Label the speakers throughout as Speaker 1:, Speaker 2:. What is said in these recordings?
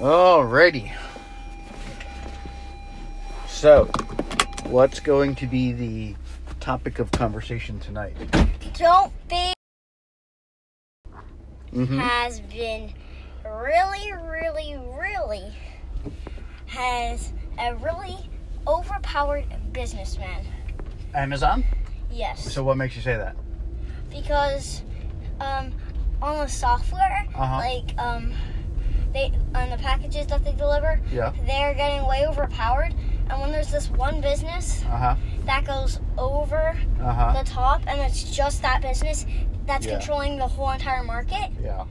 Speaker 1: Alrighty. So, what's going to be the topic of conversation tonight?
Speaker 2: Don't be
Speaker 1: hmm
Speaker 2: has been really, really, really has a really overpowered businessman.
Speaker 1: Amazon.
Speaker 2: Yes.
Speaker 1: So, what makes you say that?
Speaker 2: because um, on the software,
Speaker 1: Uh-huh.
Speaker 2: like um, they on the packages that they deliver,
Speaker 1: Yeah.
Speaker 2: they're getting way overpowered. And when there's this one business
Speaker 1: Uh huh.
Speaker 2: that goes over
Speaker 1: Uh huh.
Speaker 2: the top, and it's just that business that's
Speaker 1: Yeah.
Speaker 2: controlling the whole entire market,
Speaker 1: Yeah.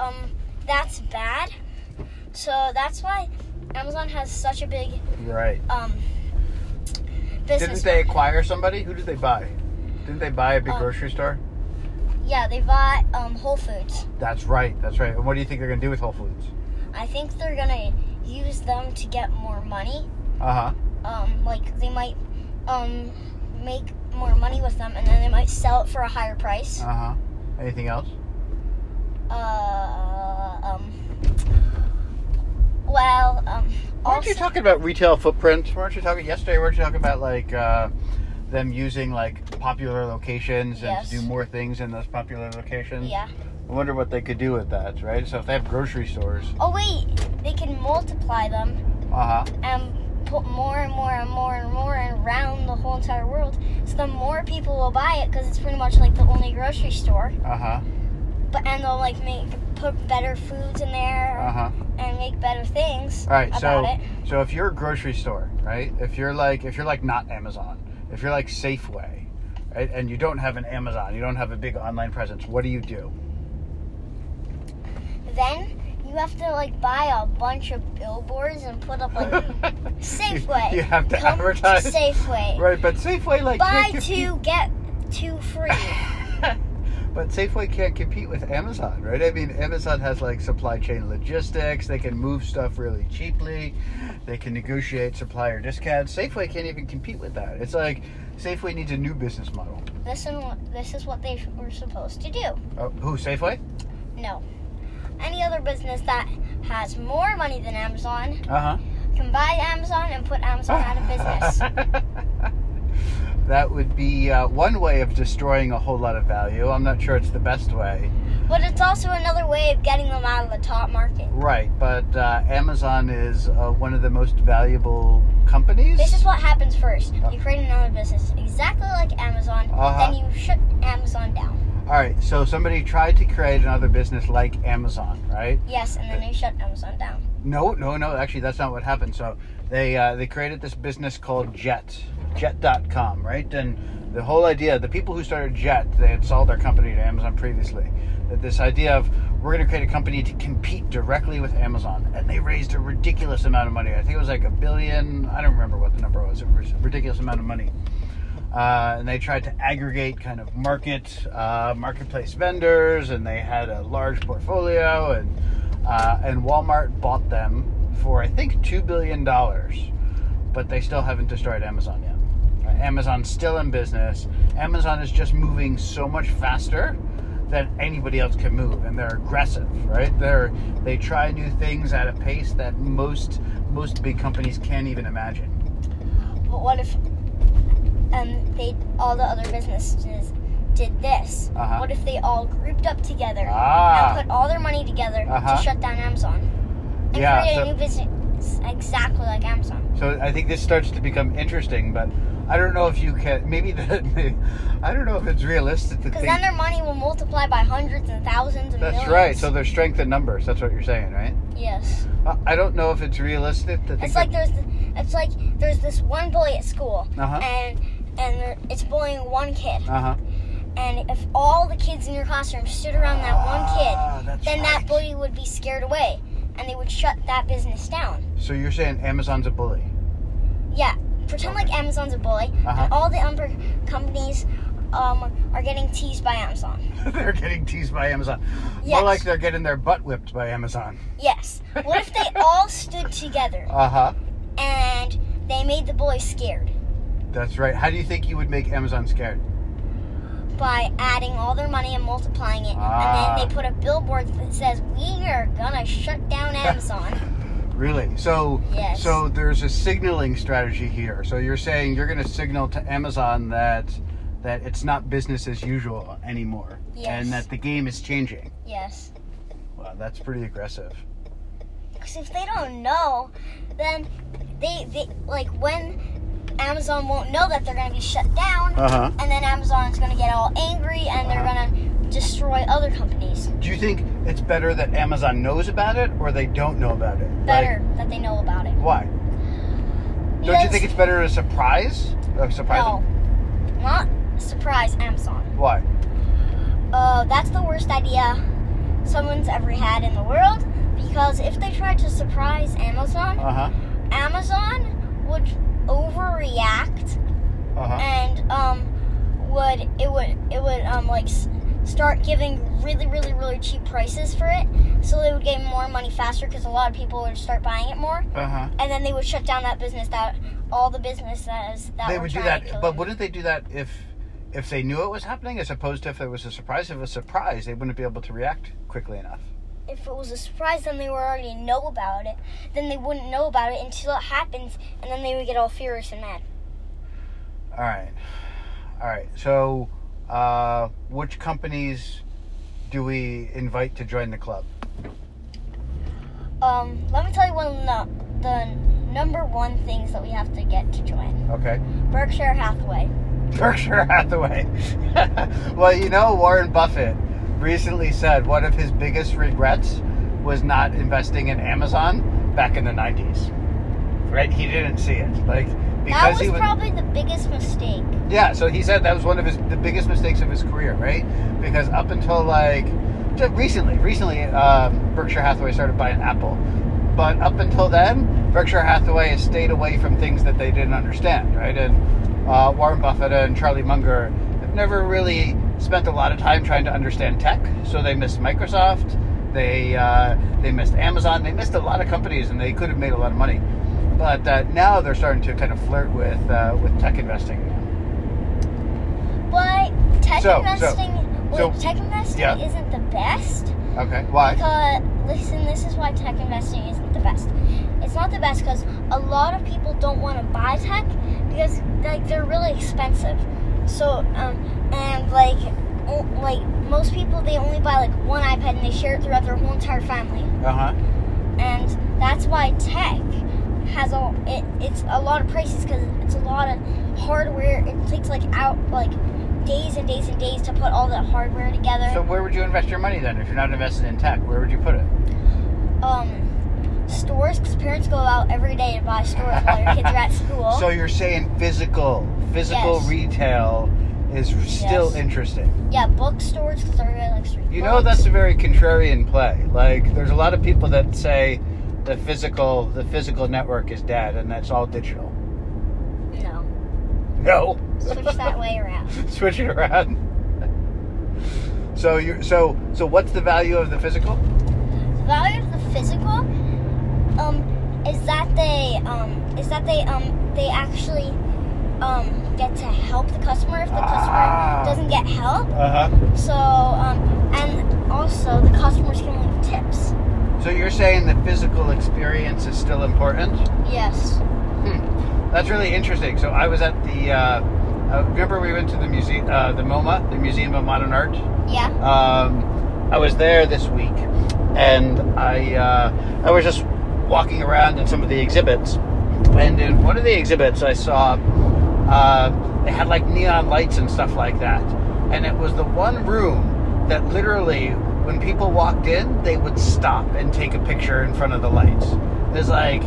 Speaker 2: um, that's bad. So that's why Amazon has such a big
Speaker 1: Right.
Speaker 2: um, business.
Speaker 1: Didn't they acquire somebody? Who did they buy? Didn't they buy a big
Speaker 2: Um,
Speaker 1: grocery store?
Speaker 2: yeah, they bought um, Whole Foods.
Speaker 1: That's right. That's right. And what do you think they're going to do with Whole Foods?
Speaker 2: I think they're gonna use them to get more money.
Speaker 1: Uh huh.
Speaker 2: Um, like they might um make more money with them, and then they might sell it for a higher price.
Speaker 1: Uh huh. Anything else?
Speaker 2: Uh, um. Well, um.
Speaker 1: Weren't you
Speaker 2: also-
Speaker 1: talking about retail footprint? Weren't you talking yesterday? Weren't you talking about like uh, them using like popular locations and
Speaker 2: Yes.
Speaker 1: to do more things in those popular locations?
Speaker 2: Yeah.
Speaker 1: I wonder what they could do with that, right? So if they have grocery stores,
Speaker 2: Oh wait, they can multiply them
Speaker 1: uh huh,
Speaker 2: and put more and more and more and more and around the whole entire world. So the more people will buy it because it's pretty much like the only grocery store.
Speaker 1: uh huh,
Speaker 2: But and they'll like make put better foods in there.
Speaker 1: uh huh.
Speaker 2: and make better things
Speaker 1: All right,
Speaker 2: about
Speaker 1: so
Speaker 2: it.
Speaker 1: so if you're a grocery store, right? If you're like if you're like not Amazon, if you're like Safeway, right? And you don't have an Amazon, you don't have a big online presence. What do you do?
Speaker 2: Then you have to like buy a bunch of billboards and put up like Oh. Safeway.
Speaker 1: You, you have to
Speaker 2: Come to
Speaker 1: advertise.
Speaker 2: Safeway.
Speaker 1: Right, but Safeway like
Speaker 2: Buy
Speaker 1: can't compete-
Speaker 2: two, get two free.
Speaker 1: but Safeway can't compete with Amazon, right? I mean, Amazon has like supply chain logistics. They can move stuff really cheaply. They can negotiate supplier discounts. Safeway can't even compete with that. It's like Safeway needs a new business model.
Speaker 2: this is what- this is what they were supposed to do.
Speaker 1: Oh, who Safeway?
Speaker 2: No, any other business that has more money than Amazon
Speaker 1: Uh huh.
Speaker 2: can buy Amazon and put Amazon out of business.
Speaker 1: that would be uh, one way of destroying a whole lot of value. I'm not sure it's the best way.
Speaker 2: But it's also another way of getting them out of the top market.
Speaker 1: Right, but uh, Amazon is uh, one of the most valuable companies.
Speaker 2: This is what happens first. You create another business exactly like Amazon,
Speaker 1: Uh-huh.
Speaker 2: then you shut Amazon down.
Speaker 1: All right, so somebody tried to create another business like Amazon, right?
Speaker 2: Yes, and then they shut Amazon down.
Speaker 1: No, no, no. Actually, that's not what happened. So they uh, they created this business called Jet, Jet.com, right? And the whole idea, the people who started Jet, they had sold their company to Amazon previously. That this idea of we're going to create a company to compete directly with Amazon, and they raised a ridiculous amount of money. I think it was like a billion. I don't remember what the number was. It was a ridiculous amount of money. Uh, and they tried to aggregate kind of market uh, marketplace vendors, and they had a large portfolio, and uh, and Walmart bought them for I think two billion dollars, but they still haven't destroyed Amazon yet. Uh, Amazon's still in business. Amazon is just moving so much faster than anybody else can move, and they're aggressive, right? They're they try new things at a pace that most most big companies can't even imagine.
Speaker 2: But what if um they all the other businesses did this?
Speaker 1: Uh-huh.
Speaker 2: What if they all grouped up together
Speaker 1: Ah.
Speaker 2: and put all their money together
Speaker 1: Uh-huh.
Speaker 2: to shut down Amazon and
Speaker 1: Yeah,
Speaker 2: create
Speaker 1: so-
Speaker 2: a new business exactly like Amazon?
Speaker 1: So I think this starts to become interesting, but I don't know if you can. Maybe that. I don't know if it's realistic to
Speaker 2: Because
Speaker 1: think.
Speaker 2: then their money will multiply by hundreds and thousands and
Speaker 1: That's
Speaker 2: millions.
Speaker 1: right. So there's strength in numbers. That's what you're saying, right?
Speaker 2: yes.
Speaker 1: I- I don't know if it's realistic to think.
Speaker 2: It's like
Speaker 1: that-
Speaker 2: there's th- it's like there's this one bully at school,
Speaker 1: Uh-huh.
Speaker 2: and and there- it's bullying one kid.
Speaker 1: uh-huh.
Speaker 2: And if all the kids in your classroom stood around that
Speaker 1: Ah,
Speaker 2: one
Speaker 1: that's
Speaker 2: kid, then
Speaker 1: right.
Speaker 2: that bully would be scared away, and they would shut that business down.
Speaker 1: So you're saying Amazon's a bully.
Speaker 2: Yeah, pretend like Amazon's a bully,
Speaker 1: Uh-huh.
Speaker 2: and all the umber companies um, are getting teased by Amazon.
Speaker 1: they're getting teased by Amazon.
Speaker 2: Yes.
Speaker 1: More like they're getting their butt whipped by Amazon.
Speaker 2: Yes. What if they all stood together
Speaker 1: Uh huh.
Speaker 2: and they made the bully scared
Speaker 1: That's right. How do you think you would make Amazon scared?
Speaker 2: by adding all their money and multiplying it.
Speaker 1: Ah.
Speaker 2: And then they put a billboard that says, We are gonna shut down Amazon.
Speaker 1: Really? So
Speaker 2: Yes.
Speaker 1: so there's a signaling strategy here. So you're saying you're going to signal to Amazon that that it's not business as usual anymore
Speaker 2: Yes.
Speaker 1: and that the game is changing.
Speaker 2: yes.
Speaker 1: Wow, that's pretty aggressive.
Speaker 2: Because if they don't know, then they, they, like, when Amazon won't know that they're gonna be shut down,
Speaker 1: Uh-huh.
Speaker 2: and then Amazon's gonna get all angry and they're
Speaker 1: Uh-huh.
Speaker 2: gonna destroy other companies.
Speaker 1: Do you think it's better that Amazon knows about it or they don't know about it?
Speaker 2: Better that they know about it.
Speaker 1: Like, why? Don't you
Speaker 2: Because-
Speaker 1: think it's better to surprise? Uh, surprise
Speaker 2: No.
Speaker 1: them?
Speaker 2: Not surprise Amazon.
Speaker 1: Why?
Speaker 2: Uh, that's the worst idea someone's ever had in the world because if they tried to surprise Amazon,
Speaker 1: Uh huh.
Speaker 2: Amazon would overreact
Speaker 1: Uh huh.
Speaker 2: and um would it would it would um like s- start giving really really really cheap prices for it so they would get more money faster because a lot of people would start buying it more
Speaker 1: Uh huh.
Speaker 2: and then they would shut down that business that all the business that is that
Speaker 1: They
Speaker 2: were
Speaker 1: would do
Speaker 2: trying to
Speaker 1: that,
Speaker 2: kill
Speaker 1: but
Speaker 2: it.
Speaker 1: wouldn't they do that if if they knew it was happening, as opposed to if it was a surprise? If it was a surprise, they wouldn't be able to react quickly enough.
Speaker 2: if it was a surprise, then they would already know about it. Then they wouldn't know about it until it happens, and then they would get all furious and mad.
Speaker 1: All right, all right. So, uh, which companies do we invite to join the club?
Speaker 2: Um, let me tell you one of the, the number one things that we have to get to join
Speaker 1: Okay,
Speaker 2: Berkshire Hathaway.
Speaker 1: Berkshire Hathaway. well, you know, Warren Buffett recently said one of his biggest regrets was not investing in Amazon back in the '90s. Right? He didn't see it, like because
Speaker 2: that was,
Speaker 1: he was.
Speaker 2: probably the biggest mistake.
Speaker 1: Yeah, so he said that was one of his the biggest mistakes of his career, right? Because up until like just recently, recently um, Berkshire Hathaway started buying Apple, but up until then, Berkshire Hathaway has stayed away from things that they didn't understand, right? And uh, Warren Buffett and Charlie Munger have never really spent a lot of time trying to understand tech, so they missed Microsoft, they uh, they missed Amazon, they missed a lot of companies, and they could have made a lot of money. But uh, now they're starting to kind of flirt with uh, with tech investing again.
Speaker 2: But tech
Speaker 1: So, so,
Speaker 2: investing, wait,
Speaker 1: so-
Speaker 2: tech investing
Speaker 1: yeah.
Speaker 2: isn't the best.
Speaker 1: Okay. Why?
Speaker 2: Because listen, this is why tech investing isn't the best. It's not the best because a lot of people don't want to buy tech because like they're really expensive. So um and like o- like most people they only buy like one iPad and they share it throughout their whole entire family.
Speaker 1: Uh huh.
Speaker 2: And that's why tech has all it, it's a lot of prices because it's a lot of hardware. It takes like out like days and days and days to put all that hardware together.
Speaker 1: So where would you invest your money then? If you're not invested in tech, where would you put it?
Speaker 2: um, stores because parents go out every day to buy stores while their kids are at school.
Speaker 1: So you're saying physical, physical
Speaker 2: Yes.
Speaker 1: retail is still
Speaker 2: Yes.
Speaker 1: interesting.
Speaker 2: yeah, bookstores because I really like street.
Speaker 1: You know that's a very contrarian play. Like there's a lot of people that say the physical, the physical network is dead and that's all digital.
Speaker 2: no.
Speaker 1: No.
Speaker 2: Switch that way around.
Speaker 1: Switch it around. So you so so what's the value of the physical?
Speaker 2: The value of the physical, um, is that they um is that they um they actually um get to help the customer if the
Speaker 1: Ah.
Speaker 2: customer doesn't get help.
Speaker 1: Uh huh.
Speaker 2: So um and also the customers can leave tips.
Speaker 1: So you're saying the physical experience is still important?
Speaker 2: Yes.
Speaker 1: That's really interesting. So I was at the. Uh, uh, remember we went to the museum, uh, the MoMA, the Museum of Modern Art.
Speaker 2: Yeah.
Speaker 1: Um, I was there this week, and I uh, I was just walking around in some of the exhibits, and in one of the exhibits I saw uh, they had like neon lights and stuff like that, and it was the one room that literally when people walked in they would stop and take a picture in front of the lights. There's like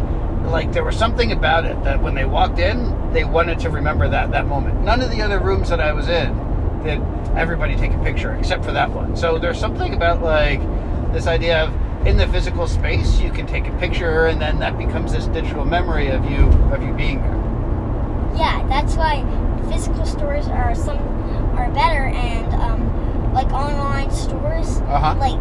Speaker 1: like there was something about it that when they walked in they wanted to remember that that moment. None of the other rooms that I was in did everybody take a picture except for that one. So there's something about like this idea of in the physical space you can take a picture and then that becomes this digital memory of you of you being there.
Speaker 2: Yeah, that's why physical stores are some are better, and um, like online stores,
Speaker 1: Uh-huh.
Speaker 2: like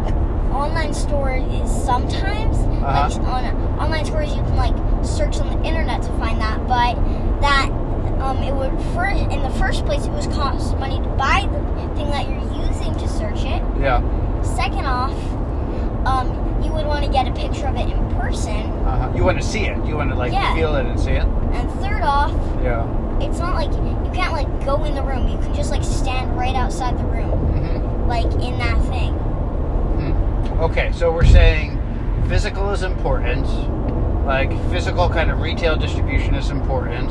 Speaker 2: online store is sometimes
Speaker 1: Uh-huh.
Speaker 2: like on online stores you can like search on the internet to find that, but that um, it would first in the first place it was cost money to buy the thing that you're using to search it.
Speaker 1: Yeah.
Speaker 2: Second off, um, you would want to get a picture of it in person.
Speaker 1: Uh-huh. You want to see it. You want to like
Speaker 2: Yeah.
Speaker 1: feel it and see it.
Speaker 2: And third off,
Speaker 1: Yeah.
Speaker 2: it's not like you can't like go in the room. You can just like stand right outside the room,
Speaker 1: hmm
Speaker 2: like in that thing.
Speaker 1: Okay, so we're saying physical is important. Like physical kind of retail distribution is important.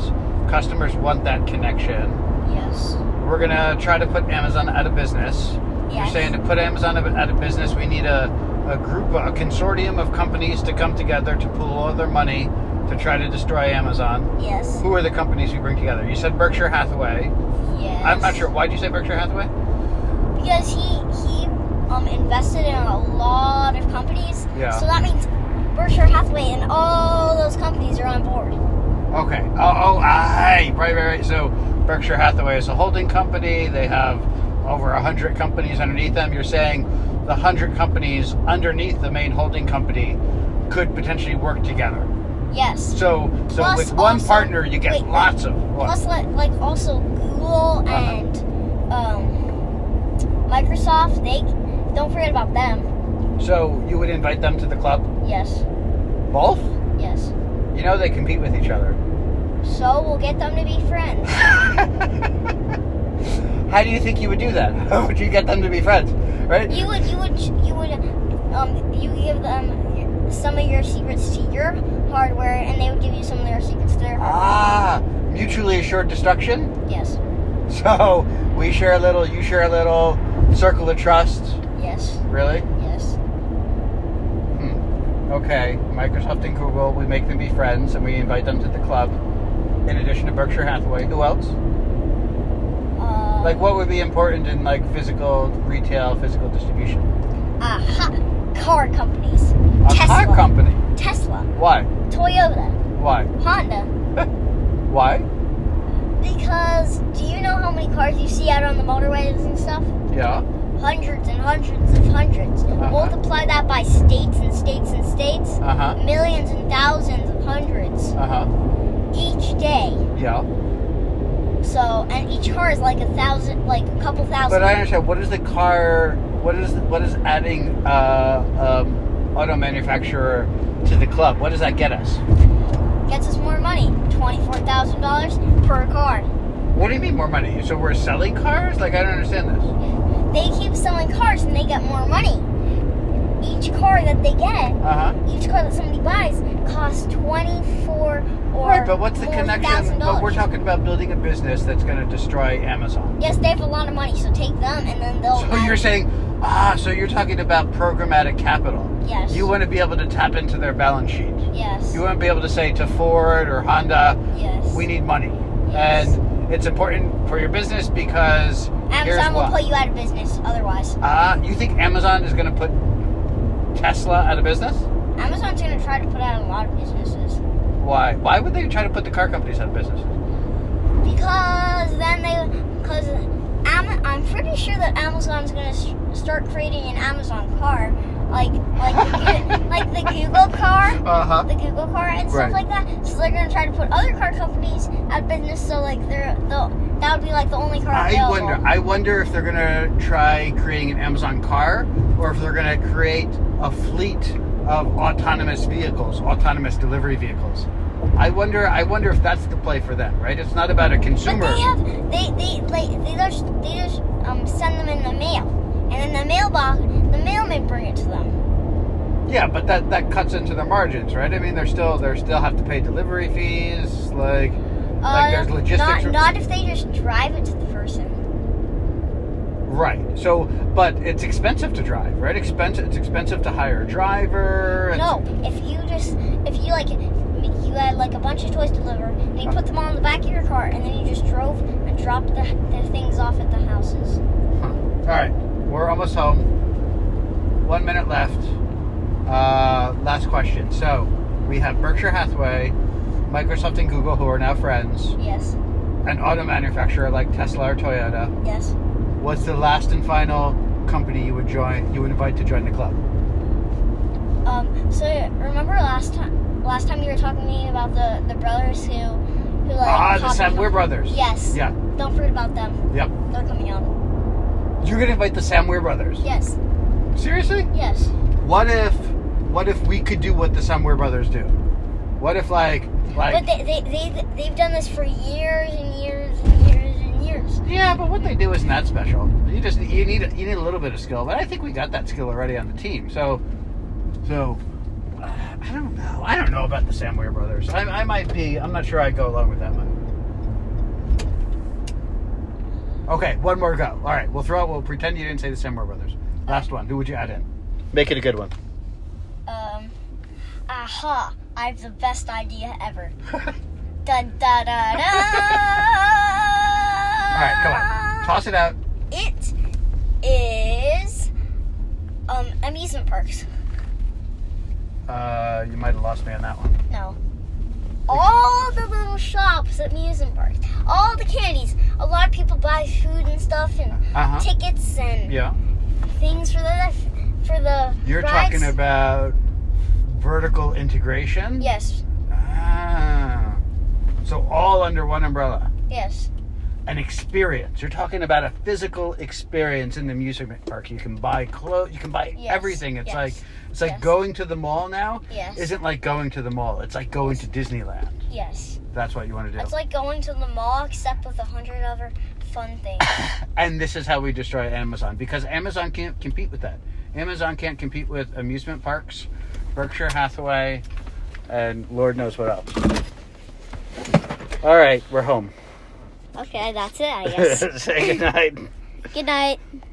Speaker 1: Customers want that connection.
Speaker 2: Yes.
Speaker 1: We're gonna try to put Amazon out of business.
Speaker 2: Yes.
Speaker 1: You're saying to put Amazon out of business, we need a, a group, a consortium of companies to come together to pool all their money to try to destroy Amazon.
Speaker 2: yes.
Speaker 1: Who are the companies you bring together? You said Berkshire Hathaway.
Speaker 2: Yes.
Speaker 1: I'm not sure. Why'd you say Berkshire Hathaway?
Speaker 2: because he he um, invested in a lot of companies.
Speaker 1: Yeah.
Speaker 2: So that means Berkshire Hathaway and all those companies are on board.
Speaker 1: Okay. Oh, oh, aye. Right, right, right. So Berkshire Hathaway is a holding company. They have over 100 companies underneath them. You're saying the 100 companies underneath the main holding company could potentially work together.
Speaker 2: Yes.
Speaker 1: So, so
Speaker 2: Plus
Speaker 1: with one
Speaker 2: also-
Speaker 1: partner, you get
Speaker 2: wait,
Speaker 1: lots of. what?
Speaker 2: Plus, like, like also Google
Speaker 1: Uh-huh.
Speaker 2: and um, Microsoft. They don't forget about them.
Speaker 1: So you would invite them to the club?
Speaker 2: Yes.
Speaker 1: Both?
Speaker 2: Yes.
Speaker 1: You know they compete with each other.
Speaker 2: So we'll get them to be friends.
Speaker 1: How do you think you would do that? How would you get them to be friends? Right?
Speaker 2: You would, you would, you would, um, you give them your- some of your secrets to your hardware, and they would give you some of their secrets to their hardware.
Speaker 1: Ah, mutually assured destruction.
Speaker 2: yes,
Speaker 1: So we share a little, you share a little, circle of trust.
Speaker 2: yes,
Speaker 1: Really? Hmm.
Speaker 2: yes,
Speaker 1: Okay, Microsoft and Google, we make them be friends and we invite them to the club. In addition to Berkshire Hathaway, who else?
Speaker 2: uh,
Speaker 1: Like, what would be important in like physical retail, physical distribution?
Speaker 2: aha, uh, car companies,
Speaker 1: A car
Speaker 2: Tesla.
Speaker 1: company.
Speaker 2: Tesla,
Speaker 1: Why?
Speaker 2: Toyota,
Speaker 1: Why?
Speaker 2: Honda.
Speaker 1: Why?
Speaker 2: Because do you know how many cars you see out on the motorways and stuff?
Speaker 1: Yeah.
Speaker 2: Hundreds and hundreds and 100s
Speaker 1: Uh-huh.
Speaker 2: Multiply that by states and states and states,
Speaker 1: Uh huh.
Speaker 2: millions and thousands of hundreds
Speaker 1: Uh huh.
Speaker 2: each day.
Speaker 1: Yeah.
Speaker 2: So, and each car is like a thousand, like a couple thousand.
Speaker 1: But I understand. What is the car? What is what is adding uh, um, auto manufacturer to the club? What does that get us?
Speaker 2: Gets us more money. $24,000 per car.
Speaker 1: What do you mean more money? So we're selling cars? Like I don't understand this.
Speaker 2: They keep selling cars and they get more money. Each car that they get,
Speaker 1: Uh huh.
Speaker 2: each car that somebody buys, costs 24 or
Speaker 1: Right, but what's the
Speaker 2: more
Speaker 1: connection?
Speaker 2: thousand
Speaker 1: But we're
Speaker 2: dollars.
Speaker 1: talking about building a business that's going to destroy Amazon.
Speaker 2: Yes, they have a lot of money, so take them and then they'll.
Speaker 1: So you're saying, ah, so you're talking about programmatic capital.
Speaker 2: Yes.
Speaker 1: You want to be able to tap into their balance sheet.
Speaker 2: Yes.
Speaker 1: You want to be able to say to Ford or Honda,
Speaker 2: yes.
Speaker 1: we need money.
Speaker 2: Yes.
Speaker 1: And it's important for your business because here's
Speaker 2: Amazon will
Speaker 1: what.
Speaker 2: put you out of business otherwise.
Speaker 1: Ah, you think Amazon is going to put Tesla out of business?
Speaker 2: Amazon's gonna try to put out a lot of businesses.
Speaker 1: Why? Why would they try to put the car companies out of business?
Speaker 2: Because then they, because Am- I'm pretty sure that Amazon's gonna s start creating an Amazon car, like like the, Goo- like the Google car,
Speaker 1: Uh huh.
Speaker 2: the Google car and
Speaker 1: Right.
Speaker 2: stuff like that. So they're gonna try to put other car companies out of business. So like they're they'll, that would be like the only car
Speaker 1: I
Speaker 2: available.
Speaker 1: wonder. I wonder if they're going to try creating an Amazon car, or if they're going to create a fleet of autonomous vehicles, autonomous delivery vehicles. I wonder. I wonder if that's the play for them. Right? It's not about a
Speaker 2: but
Speaker 1: consumer.
Speaker 2: they have they they like they just they just um send them in the mail, and then the mailbox the mailman bring it to them.
Speaker 1: Yeah, but that that cuts into their margins, right? I mean, they're still they are still have to pay delivery fees, like like there's logistics.
Speaker 2: Uh, not not if they just drive it to the person.
Speaker 1: right. So, but it's expensive to drive, right? Expensive. It's expensive to hire a driver. It's-
Speaker 2: No, if you just if you like you had like a bunch of toys delivered and you put them all in the back of your car and then you just drove and dropped the, the things off at the houses.
Speaker 1: All right, we're almost home. One minute left. Uh, last question. So we have Berkshire Hathaway, Microsoft, and Google, who are now friends,
Speaker 2: Yes,
Speaker 1: an auto manufacturer like Tesla or Toyota.
Speaker 2: yes.
Speaker 1: What's the last and final company you would join? You would invite to join the club?
Speaker 2: Um, so remember last time last time you were talking to me about the the brothers who who like
Speaker 1: Ah, the
Speaker 2: copy-
Speaker 1: Sam, we're brothers.
Speaker 2: Yes.
Speaker 1: Yeah.
Speaker 2: Don't forget about them.
Speaker 1: Yep.
Speaker 2: They're coming out.
Speaker 1: You're gonna invite the Sam Weir brothers.
Speaker 2: Yes.
Speaker 1: Seriously?
Speaker 2: Yes.
Speaker 1: What if what if we could do what the Sam Weir brothers do? What if like
Speaker 2: But
Speaker 1: like
Speaker 2: they, they, they, they've done this for years and years and years and years.
Speaker 1: Yeah, but what they do isn't that special. You just you need you need a little bit of skill, but I think we got that skill already on the team. So so uh, I don't know. I don't know about the Sam Weir brothers. I, I might be. I'm not sure I'd go along with that one. Okay, one more go. All right, we'll throw out. We'll pretend you didn't say the Sam Weir brothers. Last one. Who would you add in? Make it a good one.
Speaker 2: Um, aha! I have the best idea ever. Dun da da da!
Speaker 1: All right, come on. Toss it out.
Speaker 2: It is um amusement parks.
Speaker 1: Uh, you might have lost me on that one.
Speaker 2: No. All the little shops at amusement parks. All the candies. A lot of people buy food and stuff and
Speaker 1: Uh-huh.
Speaker 2: tickets and
Speaker 1: Yeah.
Speaker 2: things for the for the
Speaker 1: You're
Speaker 2: rides.
Speaker 1: talking about vertical integration?
Speaker 2: Yes.
Speaker 1: Ah. So all under one umbrella.
Speaker 2: Yes.
Speaker 1: An experience. You're talking about a physical experience in the amusement park. You can buy clothes. You can buy
Speaker 2: Yes,
Speaker 1: everything. It's
Speaker 2: yes,
Speaker 1: like it's like
Speaker 2: yes.
Speaker 1: going to the mall now.
Speaker 2: Yes.
Speaker 1: Isn't like going to the mall. It's like going to Disneyland.
Speaker 2: Yes.
Speaker 1: That's what you want to do.
Speaker 2: It's like going to the mall except with a hundred other fun things.
Speaker 1: and this is how we destroy Amazon because Amazon can't compete with that. Amazon can't compete with amusement parks, Berkshire Hathaway, and Lord knows what else. All right, we're home.
Speaker 2: Okay, that's it, I
Speaker 1: Say goodnight.
Speaker 2: Good night.